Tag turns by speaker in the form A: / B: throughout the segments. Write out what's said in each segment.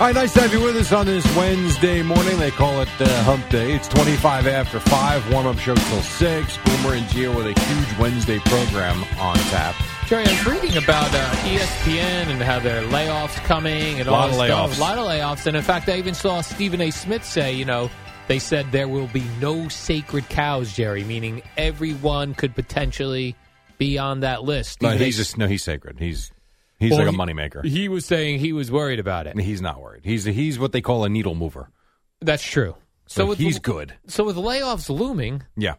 A: All right, nice to have you with us on this Wednesday morning. They call it uh, Hump Day. It's 25 after 5, warm up show till 6. Boomer and Geo with a huge Wednesday program on tap.
B: Jerry, I was reading about uh, ESPN and how there are layoffs coming and
A: Lot
B: all this
A: of layoffs.
B: stuff. A lot of layoffs. And in fact, I even saw Stephen A. Smith say, you know, they said there will be no sacred cows, Jerry, meaning everyone could potentially be on that list.
A: No,
B: Stephen A.
A: he's just, no, he's sacred. He's he's
B: Well,
A: like a
B: he-
A: moneymaker.
B: He was saying he was worried about it.
A: And he's not worried. He's he's what they call a needle mover.
B: That's true.
A: So
B: with
A: he's good.
B: So with layoffs looming,
A: Yeah.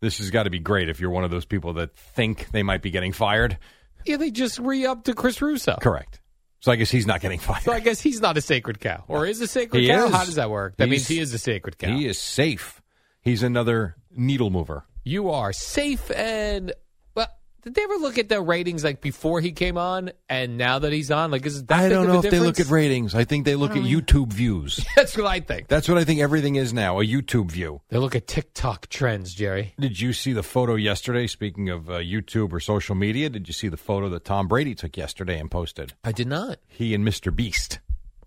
A: This has got to be great if you're one of those people that think they might be getting fired.
B: yeah, they just re upped to Chris Russo.
A: Correct. So I guess he's not getting fired.
B: So I guess he's not a sacred cow, or is a sacred
A: He
B: cow?
A: is.
B: How does that work? That
A: He's-
B: means he is a sacred cow.
A: He is safe. He's another needle mover.
B: you are safe and well. Did they ever look at the ratings like before he came on and now that he's on? Like, is it that
A: I
B: big
A: don't
B: of a
A: know if they look at
B: difference?
A: ratings. I think they look at YouTube views.
B: That's what I think.
A: That's what I think everything is now, a YouTube view.
B: They look at TikTok trends, Jerry.
A: Did you see the photo yesterday? Speaking of uh, YouTube or social media, did you see the photo that Tom Brady took yesterday and posted?
B: I did not.
A: He and Mr. Beast.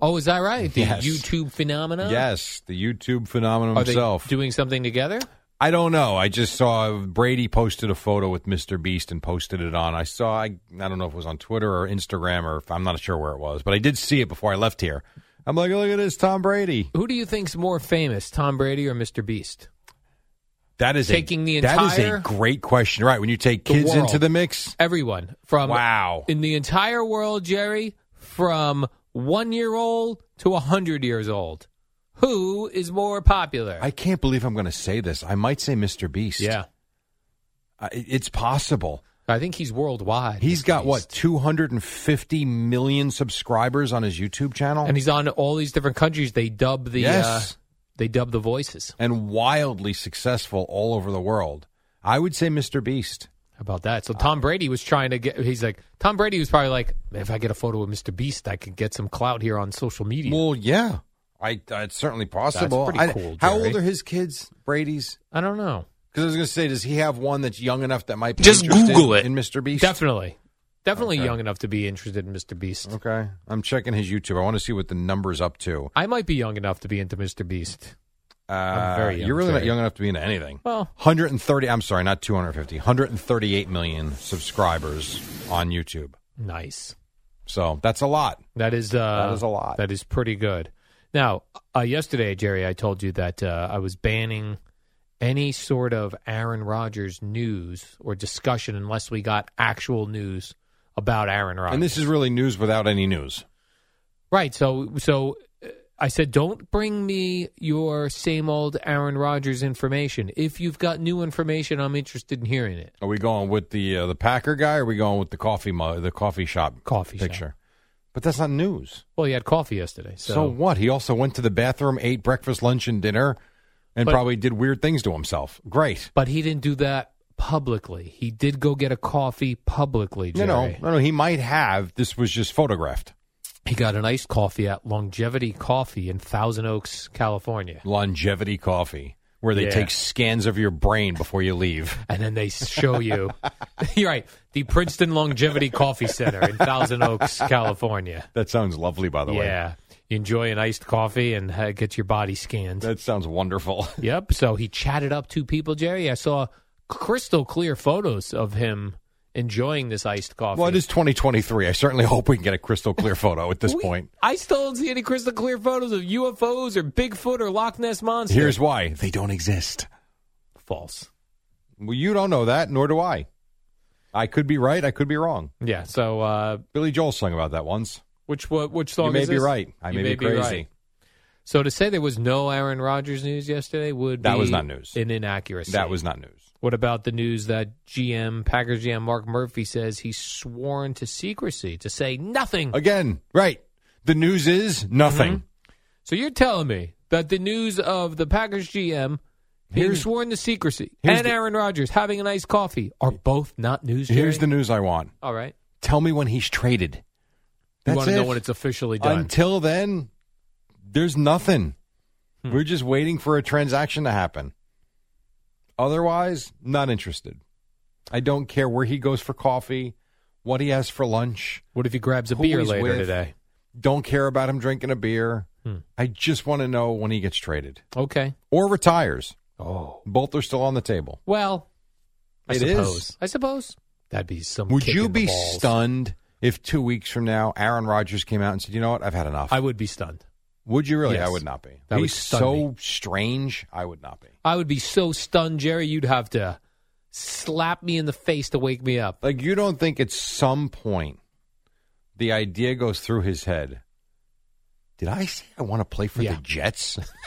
B: Oh, is that right? The
A: Yes.
B: YouTube phenomenon.
A: Yes, the YouTube phenomenon
B: Are
A: himself.
B: they doing something together?
A: I don't know. I just saw Brady posted a photo with Mr. Beast and posted it on. I saw. I, I don't know if it was on Twitter or Instagram or if, I'm not sure where it was, but I did see it before I left here. I'm like, look at this, Tom Brady.
B: Who do you think's more famous, Tom Brady or Mr. Beast?
A: That is
B: Taking
A: a,
B: the
A: That is a
B: entire-
A: great question, right? When you take
B: The
A: kids
B: world.
A: into the mix,
B: Everyone from
A: wow.
B: in the entire world, Jerry, from one year old to a hundred years old. Who is more popular?
A: I can't believe I'm going to say this. I might say Mr. Beast.
B: yeah.
A: I- it's possible.
B: I think he's worldwide.
A: He's
B: Mr.
A: got what
B: Beast.
A: 250 million subscribers on his YouTube channel,
B: And he's on all these different countries. They dub the
A: Yes.
B: uh, they dub the voices.
A: and wildly successful all over the world. I would say Mr. Beast.
B: How about that? So Tom Brady was trying to get. He's like Tom Brady was probably like, if I get a photo with Mr. Beast, I could get some clout here on social media.
A: Well, yeah, I, I it's certainly possible.
B: pretty
A: I-
B: cool,
A: how
B: Jerry.
A: old are his kids, Brady's?
B: I don't know.
A: Because I was going to say, does he have one that's young enough that might be
B: Just
A: interested
B: Google it.
A: in Mr. Beast?
B: Definitely, definitely
A: Okay.
B: young enough to be interested in Mr. Beast.
A: Okay, I'm checking his YouTube. I want to see what the numbers up to.
B: I might be young enough to be into Mr. Beast.
A: Uh,
B: very young,
A: you're really not
B: Jerry.
A: young enough to be into anything.
B: Well,
A: 130 I'm sorry, not 250. 138 million subscribers on YouTube.
B: nice.
A: So, that's a lot.
B: That is uh,
A: That is a lot.
B: That is pretty good. Now, uh, yesterday, Jerry, I told you that uh, I was banning any sort of Aaron Rodgers news or discussion unless we got actual news about Aaron Rodgers.
A: And this is really news without any news.
B: right. So, so uh, I said, don't bring me your same old Aaron Rodgers information. If you've got new information, I'm interested in hearing it.
A: Are we going with the uh, the Packer guy or are we going with the coffee mug, the coffee shop
B: Coffee shop.
A: picture? But that's not news.
B: Well, he had coffee yesterday,
A: So,
B: so,
A: what? He also went to the bathroom, ate breakfast, lunch and dinner and
B: But-
A: probably did weird things to himself. Great.
B: but he didn't do that publicly. He did go get a coffee publicly.
A: No,
B: Jerry.
A: no. No, no, he might have. This was just photographed.
B: He got an iced coffee at Longevity Coffee in Thousand Oaks, California.
A: Longevity coffee where they
B: Yeah.
A: take scans of your brain before you leave.
B: And then they show you, you're right, the Princeton Longevity Coffee Center in Thousand Oaks, California.
A: That sounds lovely by the way.
B: Yeah. You enjoy an iced coffee and uh, get your body scanned.
A: That sounds wonderful.
B: yep. So he chatted up two people, Jerry. I saw crystal clear photos of him enjoying this iced coffee.
A: Well, it is 2023. I certainly hope we can get a crystal clear photo at this
B: We-
A: point.
B: I still don't see any crystal clear photos of UFOs or Bigfoot or Loch Ness Monster.
A: Here's why they don't exist.
B: false.
A: Well, you don't know that, nor do I. I could be right. I could be wrong.
B: Yeah. So, uh,
A: Billy Joel sung about that once.
B: Which what? Which song?
A: You may
B: is
A: be
B: this?
A: right. I
B: You
A: may, be crazy.
B: right. So to say there was no Aaron Rodgers news yesterday would
A: That
B: be
A: was not news.
B: An inaccuracy.
A: That was not news.
B: What about the news that GM, Packers GM Mark Murphy says he's sworn to secrecy, to say nothing?
A: Again, right. The news is nothing.
B: So you're telling me that the news of the Packers GM being
A: Here's-
B: sworn to secrecy
A: here's
B: and
A: the-
B: Aaron Rodgers having a nice coffee are both not news.
A: Here's the
B: Mm-hmm. Jerry?
A: news I want.
B: All right.
A: Tell me when he's traded.
B: You
A: That's
B: want to
A: it.
B: know when it's officially done.
A: Until then, there's nothing.
B: Hmm.
A: We're just waiting for a transaction to happen. Otherwise, not interested. I don't care where he goes for coffee, what he has for lunch.
B: what if he grabs a
A: who
B: beer
A: he's
B: later
A: with.
B: today?
A: Don't care about him drinking a beer.
B: Hmm.
A: I just want to know when he gets traded
B: Okay.
A: or retires.
B: Oh.
A: Both are still on the table.
B: Well, I
A: It is.
B: suppose. I suppose. That'd be some
A: Would
B: kick
A: you
B: in the
A: be
B: balls.
A: stunned if two weeks from now Aaron Rodgers came out and said, "You know what? I've had enough."
B: I would be stunned.
A: would you really?
B: Yes.
A: I would not be.
B: That would
A: He's
B: stun
A: so strange. I would not be.
B: I would be so stunned, Jerry, you'd have to slap me in the face to wake me up.
A: Like you don't think at some point the idea goes through his head. Did I say I want to play for
B: Yeah.
A: the Jets?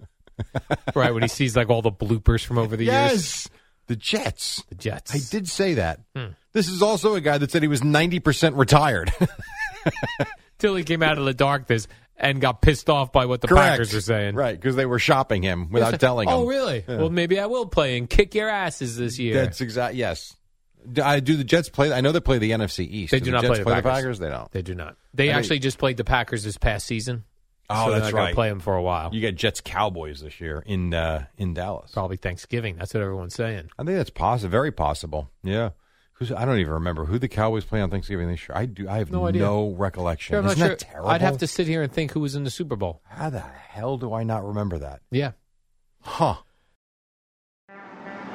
B: right, when he sees like all the bloopers from over the years.
A: yes, the Jets.
B: The Jets.
A: I did say that.
B: Hmm.
A: This is also a guy that said he was ninety percent retired.
B: Till he came out of the darkness and got pissed off by what the
A: Correct.
B: Packers were saying.
A: right because they were shopping him without telling him.
B: Oh, really? Well, maybe I will play and kick your asses this year.
A: That's exact. Yes, do, I do. The Jets play. I know they play the NFC East.
B: They
A: Do
B: do
A: the
B: not
A: Jets
B: play the
A: the
B: Packers.
A: Packers. They don't.
B: They do not. They
A: I mean-
B: actually just played the Packers this past season.
A: Oh,
B: so they're
A: that's
B: not gonna
A: right.
B: Play them for a while.
A: You get Jets Cowboys this year in uh, in Dallas.
B: Probably Thanksgiving. That's what everyone's saying.
A: I think that's possible. Very possible. Yeah. Who's, I don't even remember who the Cowboys play on Thanksgiving this year. I do. I have
B: No
A: no,
B: idea.
A: recollection.
B: Sure, I'm
A: Isn't
B: not
A: that
B: sure.
A: terrible?
B: I'd have to sit here and think who was in the Super Bowl.
A: How the hell do I not remember that?
B: Yeah.
A: Huh?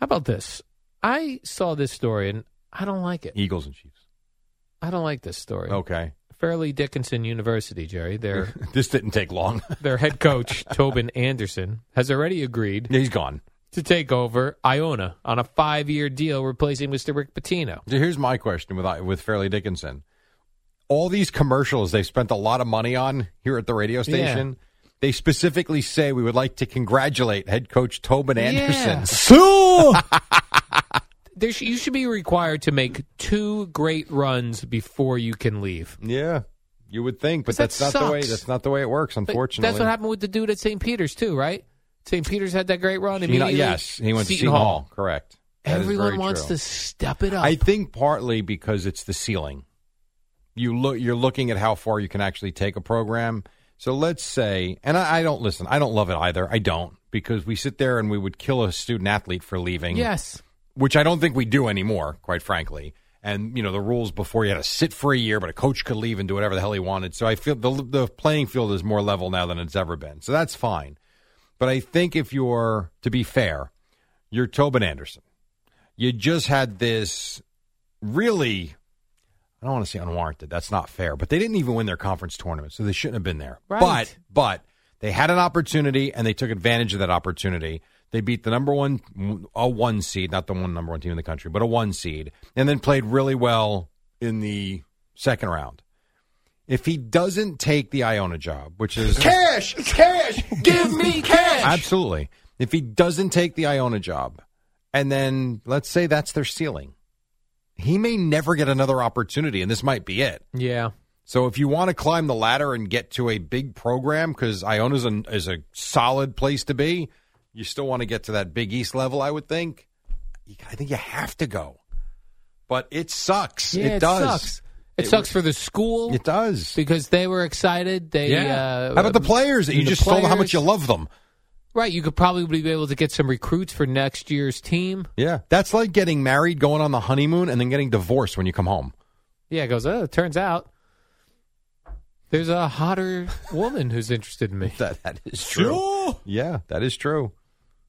B: How about this? I saw this story and I don't like it.
A: Eagles and Chiefs.
B: I don't like this story.
A: Okay.
B: Fairleigh Dickinson University, Jerry, their
A: This didn't take long.
B: their head coach Tobin Anderson has already agreed
A: He's gone.
B: to take over Iona on a five year deal, replacing Mr. Rick Pitino.
A: So here's my question with with Fairleigh Dickinson. All these commercials they spent a lot of money on here at the radio station. They specifically say we would like to congratulate head coach Tobin Anderson.
B: Yeah. There sh- you should be required to make two great runs before you can leave.
A: Yeah, you would think, but
B: But that
A: that's not the way.
B: sucks.
A: That's not the way it works.
B: But
A: Unfortunately,
B: that's what happened with the dude at St. Peter's too, right? St. Peter's had that great run.
A: Seton-
B: immediately.
A: yes, he went to Seton Hall. Correct. That is
B: Everyone
A: very
B: wants
A: true.
B: to step it up.
A: I think partly because it's the ceiling. You look. You're looking at how far you can actually take a program. So let's say, and I, I don't listen. I don't love it either. I don't because we sit there and we would kill a student athlete for leaving.
B: yes.
A: which I don't think we do anymore, quite frankly. And you know the rules before you had to sit for a year, but a coach could leave and do whatever the hell he wanted. So I feel the the playing field is more level now than it's ever been. So that's fine. But I think if you're to be fair, you're Tobin Anderson. You just had this really. I don't want to say unwarranted. That's not fair. But they didn't even win their conference tournament, so they shouldn't have been there.
B: Right.
A: But but they had an opportunity and they took advantage of that opportunity. They beat the number one, a one seed, not the one number one team in the country, but a one seed, and then played really well in the second round. If he doesn't take the Iona job, which is
C: Cash, cash, give me cash.
A: absolutely, if he doesn't take the Iona job, and then let's say that's their ceiling, he may never get another opportunity, and this might be it.
B: Yeah.
A: So if you want to climb the ladder and get to a big program, because Iona is a, is a solid place to be, you still want to get to that Big East level, I would think. You- I think you have to go. But it sucks.
B: Yeah,
A: it, does.
B: Sucks. It, sucks for the school
A: It does.
B: because they were excited. They
A: yeah.
B: uh,
A: how about the players that you
B: the
A: just told them how much you
B: players.
A: love them?
B: Right, you could probably be able to get some recruits for next year's team.
A: Yeah. That's like getting married, going on the honeymoon, and then getting divorced when you come home.
B: Yeah, it goes. Oh, it turns out there's a hotter woman who's interested in me.
A: That, that is true. Yeah, that is true.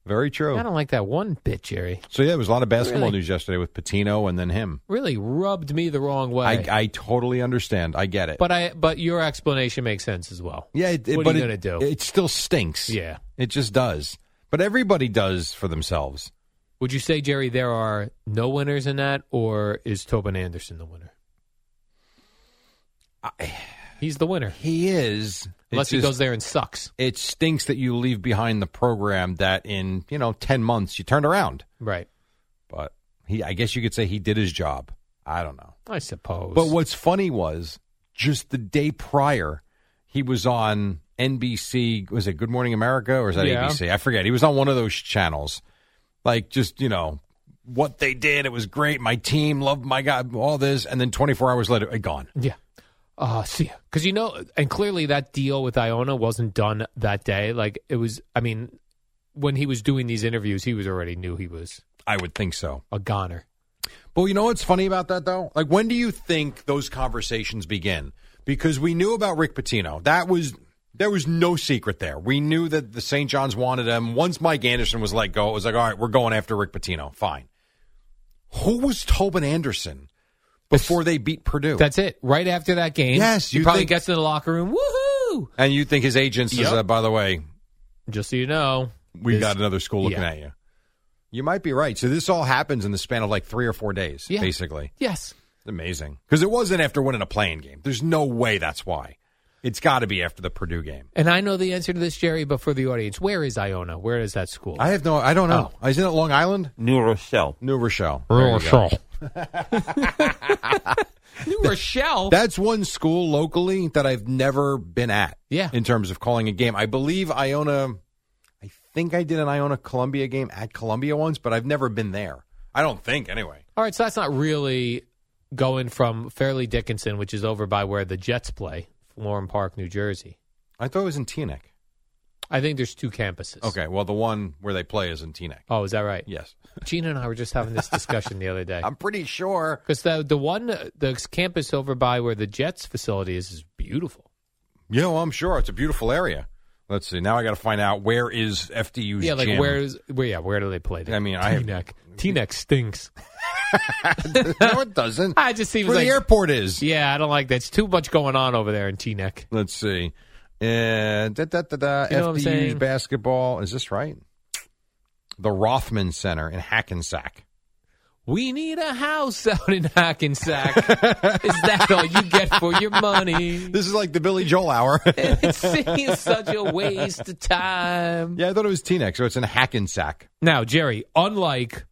A: Very true.
B: I don't like that one bit, Jerry.
A: So yeah, there was a lot of basketball
B: Really?
A: news yesterday with Patino and then him.
B: Really rubbed me the wrong way.
A: I, I totally understand. I get it.
B: but I but your explanation makes sense as well.
A: yeah, it, it-
B: what
A: but
B: are you
A: it-
B: gonna do?
A: It still stinks.
B: Yeah.
A: it just does. But everybody does for themselves.
B: Would you say, Jerry, there are no winners in that, or is Tobin Anderson the winner? He's the winner,
A: He is. It
B: unless he
A: just-
B: goes there and sucks.
A: It stinks that you leave behind the program that in you know ten months you turned around.
B: Right,
A: But he, I guess you could say he did his job. I don't know.
B: I suppose.
A: But what's funny was just the day prior, he was on NBC. Was it Good Morning America or is that
B: Yeah.
A: ABC? I forget. He was on one of those channels. Like, just, you know, what they did. It was great. My team loved my guy, all this. And then 24 hours later, eh, gone.
B: Yeah. Uh, see, because you know, and clearly that deal with Iona wasn't done that day. Like it was. I mean, when he was doing these interviews, he was already knew he was
A: I would think so.
B: a goner.
A: But you know what's funny about that, though? Like, when do you think those conversations begin? Because we knew about Rick Pitino. That was. There was no secret there. We knew that the St. John's wanted him. Once Mike Anderson was let go, it was like, all right, we're going after Rick Pitino. Fine. Who was Tobin Anderson before they beat Purdue?
B: That's it. Right after that game,
A: Yes,
B: he
A: you
B: probably
A: think-
B: gets in the locker room. Woohoo!
A: and you think his agent says,
B: Yep.
A: uh, by the way,
B: Just so you know,
A: we
B: this-
A: got another school looking
B: Yeah.
A: at you. You might be right. So this all happens in the span of like three or four days,
B: Yeah.
A: basically.
B: Yes,
A: It's amazing. Because it wasn't after winning a playing game. There's no way that's why. It's got to be after the Purdue game.
B: and I know the answer to this, Jerry. But for the audience, where is Iona? Where is that school?
A: I have no, I don't know. Isn't it Long Island?
D: New
A: Oh.
D: Rochelle.
A: New Rochelle.
B: New
A: There you go.
B: Rochelle. New Rochelle.
A: That's one school locally that I've never been at.
B: Yeah.
A: In terms of calling a game, I believe Iona. I think I did an Iona Columbia game at Columbia once, but I've never been there. I don't think anyway.
B: All right, so that's not really going from Fairleigh Dickinson, which is over by where the Jets play, Florham Park, New Jersey.
A: I thought it was in Teaneck.
B: I think there's two campuses.
A: Okay, well the one where they play is in Teaneck.
B: Oh, is that right?
A: Yes,
B: Gina and I were just having this discussion the other day
A: I'm pretty sure.
B: because the the one the campus over by where the Jets facility is is beautiful.
A: Yeah, well, I'm sure it's a beautiful area. Let's see. Now I got to find out where is FDU's
B: yeah, like
A: gym.
B: where's where? Yeah, where do they play?
A: I mean, I have-
B: T-neck. T-neck stinks.
A: no, it doesn't.
B: I just seems
A: where
B: like
A: the airport is.
B: Yeah, I don't like that. It's too much going on over there in Teaneck.
A: Let's see. Uh, da, da, da, da,
B: You know what I'm
A: FDU's
B: saying?
A: basketball. Is this right? The Rothman Center in Hackensack.
B: We need a house out in Hackensack. is that all you get for your money?
A: This is like the Billy Joel hour.
B: it seems such a waste of time.
A: yeah, I thought it was Teaneck, so it's in Hackensack.
B: Now, Jerry, unlike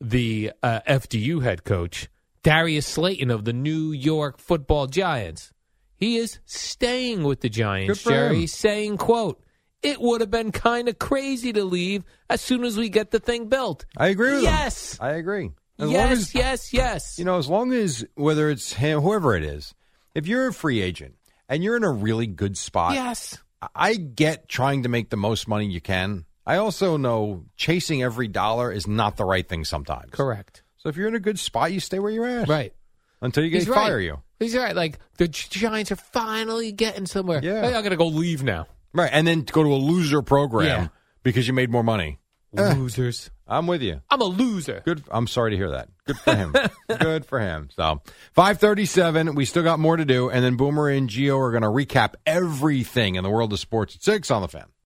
B: the uh, FDU head coach, Darius Slayton of the New York football Giants, he is staying with the Giants,
A: Good for
B: Jerry,
A: him.
B: saying, quote, it would have been kind of crazy to leave as soon as we get the thing built.
A: I agree with him.
B: Yes.
A: I agree.
B: yes, yes, yes.
A: You know, as long as whether it's him, whoever it is, if you're a free agent and you're in a really good spot,
B: yes.
A: I get trying to make the most money you can. I also know chasing every dollar is not the right thing sometimes.
B: Correct.
A: So if you're in a good spot, you stay where you're at.
B: Right.
A: Until you get
B: He's
A: fire
B: right.
A: you.
B: He's right. Like, the Gi- Giants are finally getting somewhere.
A: Yeah.
B: Hey, I got to go leave now.
A: Right. And then go to a loser program
B: Yeah.
A: because you made more money.
B: Losers.
A: I'm with you.
B: I'm a loser.
A: Good. I'm sorry to hear that. Good for him. Good for him. So, 537. We still got more to do. And then Boomer and Geo are going to recap everything in the world of sports at 6 on the fan.